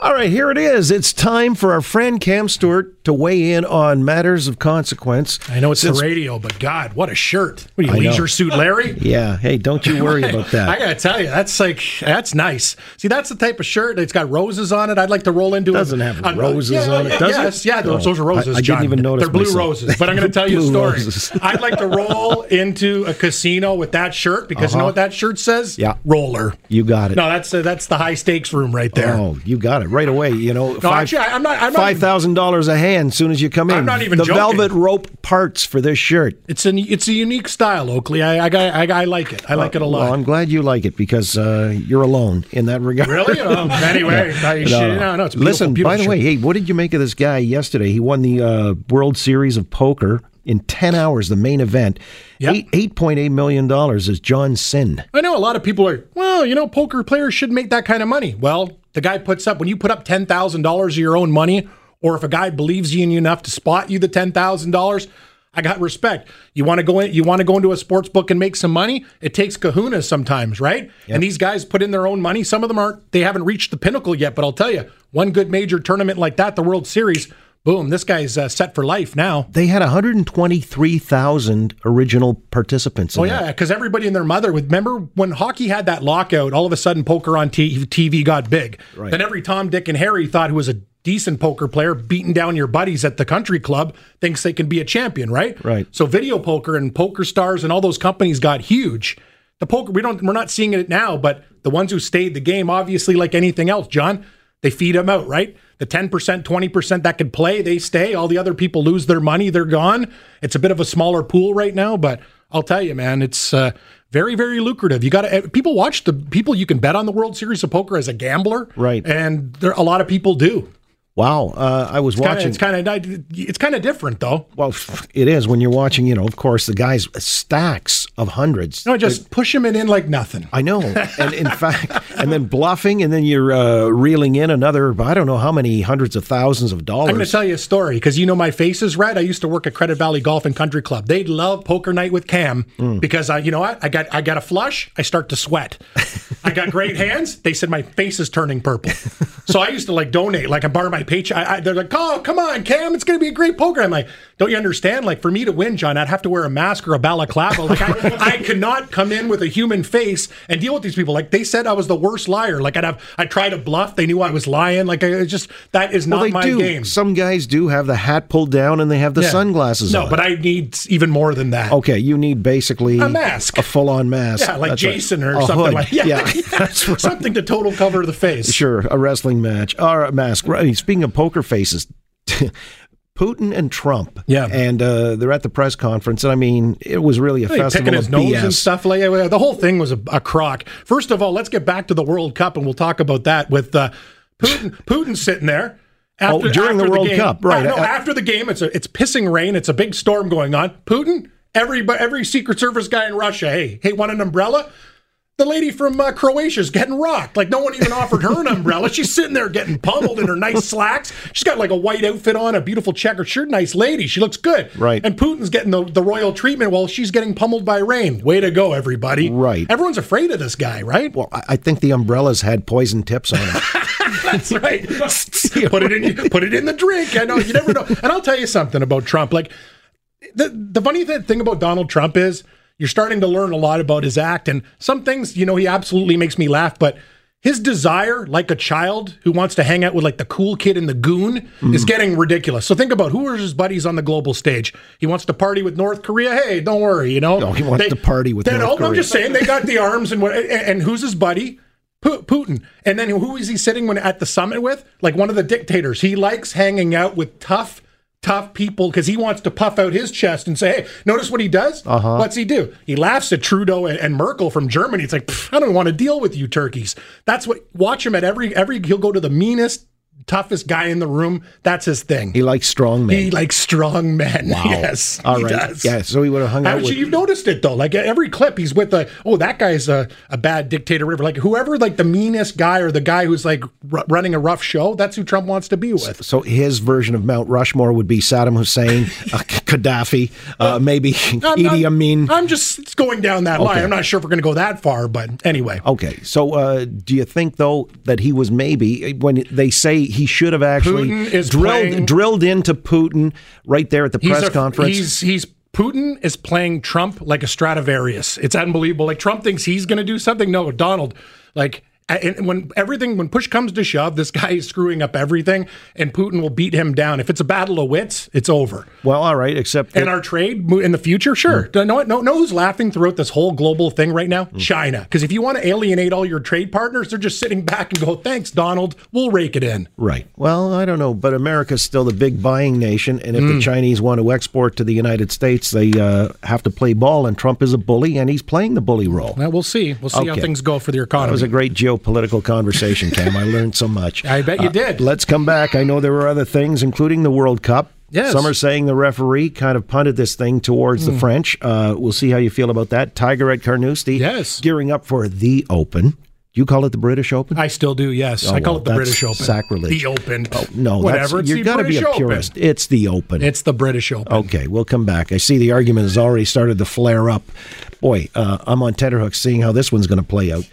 All right, here it is. It's time for our friend Cam Stewart to weigh in on matters of consequence. I know it's Since- the radio, but God, what a shirt! What are I you, know. leisure suit, Larry? Yeah. Hey, don't you worry about I that. gotta tell you, that's like that's nice. See, that's the type of shirt that's got roses on it. I'd like to roll into. Doesn't have on- roses yeah, on it, does it? yes, yeah, those, Oh, those are roses. I- I didn't John. even notice They're blue myself. roses. But I'm gonna tell you a Blue story. roses. I'd like to roll into a casino with that shirt because you know what that shirt says? Uh-huh. Yeah. roller. You got it. No, that's uh, that's the high stakes room right there. Oh, you got it right away. You know, five- actually, I- I'm not- I'm not five even- thousand dollars a hand as soon as you come in. I'm not even the joking. velvet rope parts for this shirt. It's an it's a unique style, Oakley. I I, I, I like it. I like it a lot. Uh, Well, I'm glad you like it because uh, you're alone in that regard. Really? Um, anyway, I should- no, no, it's a beautiful, Listen, beautiful by the shirt. way, hey, what did you make of this guy yesterday? He won the uh, World Series of Poker in 10 hours, the main event. Yep. Eight, $8.8 million is John Sin. I know a lot of people are, well, you know, poker players should make that kind of money. Well, the guy puts up, when you put up $10,000 of your own money, or if a guy believes in you enough to spot you the $10,000, I got respect. You want to go in, you want to go into a sports book and make some money? It takes kahuna sometimes, right? And these guys put in their own money. Some of them aren't, they haven't reached the pinnacle yet, but I'll tell you, one good major tournament like that, the World Series, boom, this guy's uh, set for life now. They had 123,000 original participants. Oh yeah, because everybody and their mother would remember when hockey had that lockout. All of a sudden, poker on t- TV got big. Right. Then every Tom, Dick, and Harry thought who was a decent poker player, beating down your buddies at the country club, thinks they can be a champion, right? Right. So video poker and poker stars and all those companies got huge. The poker we don't we're not seeing it now, but the ones who stayed the game, obviously, like anything else, John, they feed them out, right? The ten percent, twenty percent that could play, they stay. All the other people lose their money, they're gone. It's a bit of a smaller pool right now, but I'll tell you, man, it's uh, very, very lucrative. You got to people watch the people you can bet on the World Series of Poker as a gambler, Right. And there, a lot of people do. Wow. Uh, I was Kinda, watching. it's kind of it's kind of different though. well, it is when you're watching, you know, of course, the guys, stacks of hundreds. No, just push him in like nothing. I know, and in fact, and then bluffing, and then you're uh, reeling in another—I don't know how many hundreds of thousands of dollars. I'm going to tell you a story because you know my face is red. I used to work at Credit Valley Golf and Country Club. They love poker night with Cam Mm. because I, you know what, I got I got a flush. I start to sweat. I got great hands. They said my face is turning purple. So I used to like donate, like I borrow my paycheck. I, I, they're like, oh come on, Cam, it's going to be a great poker. I'm like, don't you understand? Like for me to win, John, I'd have to wear a mask or a balaclava. Like I, I could not come in with a human face and deal with these people. Like they said, I was the worst liar. Like I'd have I tried to bluff. They knew I was lying. Like I it's just that is not Well, they my do. game. Some guys do have the hat pulled down and they have the Yeah. sunglasses No, on. but I need even more than that. okay, you need basically A mask. a full-on mask. Yeah, Oh, like That's right. Jason or A something hood. like yeah. yeah, that's right. something to total cover the face. Sure, a wrestling match or a mask. Right. Speaking of poker faces. Putin and Trump, Yeah. and uh, they're at the press conference, and I mean, it was really a Like festival picking of his nose BS. and stuff like that. The whole thing was a, a crock. First of all, let's get back to the World Cup, and we'll talk about that with uh, Putin. Putin sitting there. Oh, during the World game. Cup, right. Uh, no, I- after the game, it's a, it's pissing rain. It's a big storm going on. Putin, every every Secret Service guy in Russia, hey, hey, want an umbrella? The lady from uh, Croatia's getting rocked. Like no one even offered her an umbrella. She's sitting there getting pummeled in her nice slacks. She's got like a white outfit on, a beautiful checkered shirt. Nice lady. She looks good. Right. And Putin's getting the, the royal treatment while she's getting pummeled by rain. Way to go, everybody. Right. Everyone's afraid of this guy, right? Well, I I think the umbrellas had poison tips on them. That's right. put it in. Put it in the drink. I know you never know. And I'll tell you something about Trump. Like the the funny th- thing about Donald Trump is you're starting to learn a lot about his act, and some things you know he absolutely makes me laugh, but. His desire, like a child who wants to hang out with like the cool kid and the goon, Mm-hmm. is getting ridiculous. So think about who are his buddies on the global stage. He wants to party with North Korea. Hey, don't worry, you know. No, he wants to party with they- North I'm Korea. just saying they got the arms and what? And, and who's his buddy? Pu- Putin. And then who is he sitting when at the summit with? Like one of the dictators. He likes hanging out with tough, tough people because he wants to puff out his chest and say, "Hey, notice what he does? Uh-huh. What's he do? He laughs at Trudeau and, and Merkel from Germany. It's like "Pff, I don't want to deal with you turkeys. That's what. Watch him at every every. He'll go to the meanest, toughest guy in the room. That's his thing. He likes strong men. He likes strong men. Wow. Yes, All he right. does. Yeah, so he would have hung out Haven't with you, have noticed it though. Like every clip, he's with a oh that guy's a, a bad dictator. Whatever. Like whoever, like the meanest guy or the guy who's like r- running a rough show. That's who Trump wants to be with. So his version of Mount Rushmore would be Saddam Hussein, uh, Gaddafi, uh, maybe I'm not- Idi Amin. I'm just going down that line. I'm not sure if we're going to go that far, but anyway. Okay, so uh, do you think though that he was maybe when they say he should have actually Putin is drilled playing- drilled into Putin right there at the press a- conference? He's he's Putin is playing Trump like a Stradivarius. It's unbelievable. Like Trump thinks he's going to do something. No, Donald. Like a- and when everything when push comes to shove, this guy is screwing up everything, and Putin will beat him down. If it's a battle of wits, it's over. well, all right, except that, And our trade mo- in the future, sure. Mm. Do you Know what? Know, know who's laughing throughout this whole global thing right now? China. Because if you want to alienate all your trade partners, they're just sitting back and go, "Thanks, Donald. We'll rake it in." right. Well, I don't know, but America's still the big buying nation, and Hmm. if the Chinese want to export to the United States, they uh, have to play ball, and Trump is a bully, and he's playing the bully role. Well, we'll see. We'll see how Okay. things go for the economy. That was a great geopolitical conversation, Cam. I learned so much. Uh, I bet you did. Let's come back. I know there were other things, including the World Cup. Yes. Hmm. Some are saying the referee kind of punted this thing towards the French. Uh, we'll see how you feel about that. Tiger at Carnoustie. Yes. Gearing up for the Open. Do you call it the British Open? I still do, yes. I Oh, call well, it the that's British Open. sacrilege. The Open. Oh, no, whatever. That's, It's you've the got to be British a Open. purist. It's the Open. It's the British Open. Okay, we'll come back. I see the argument has already started to flare up. Boy, uh, I'm on tenterhooks seeing how this one's going to play out.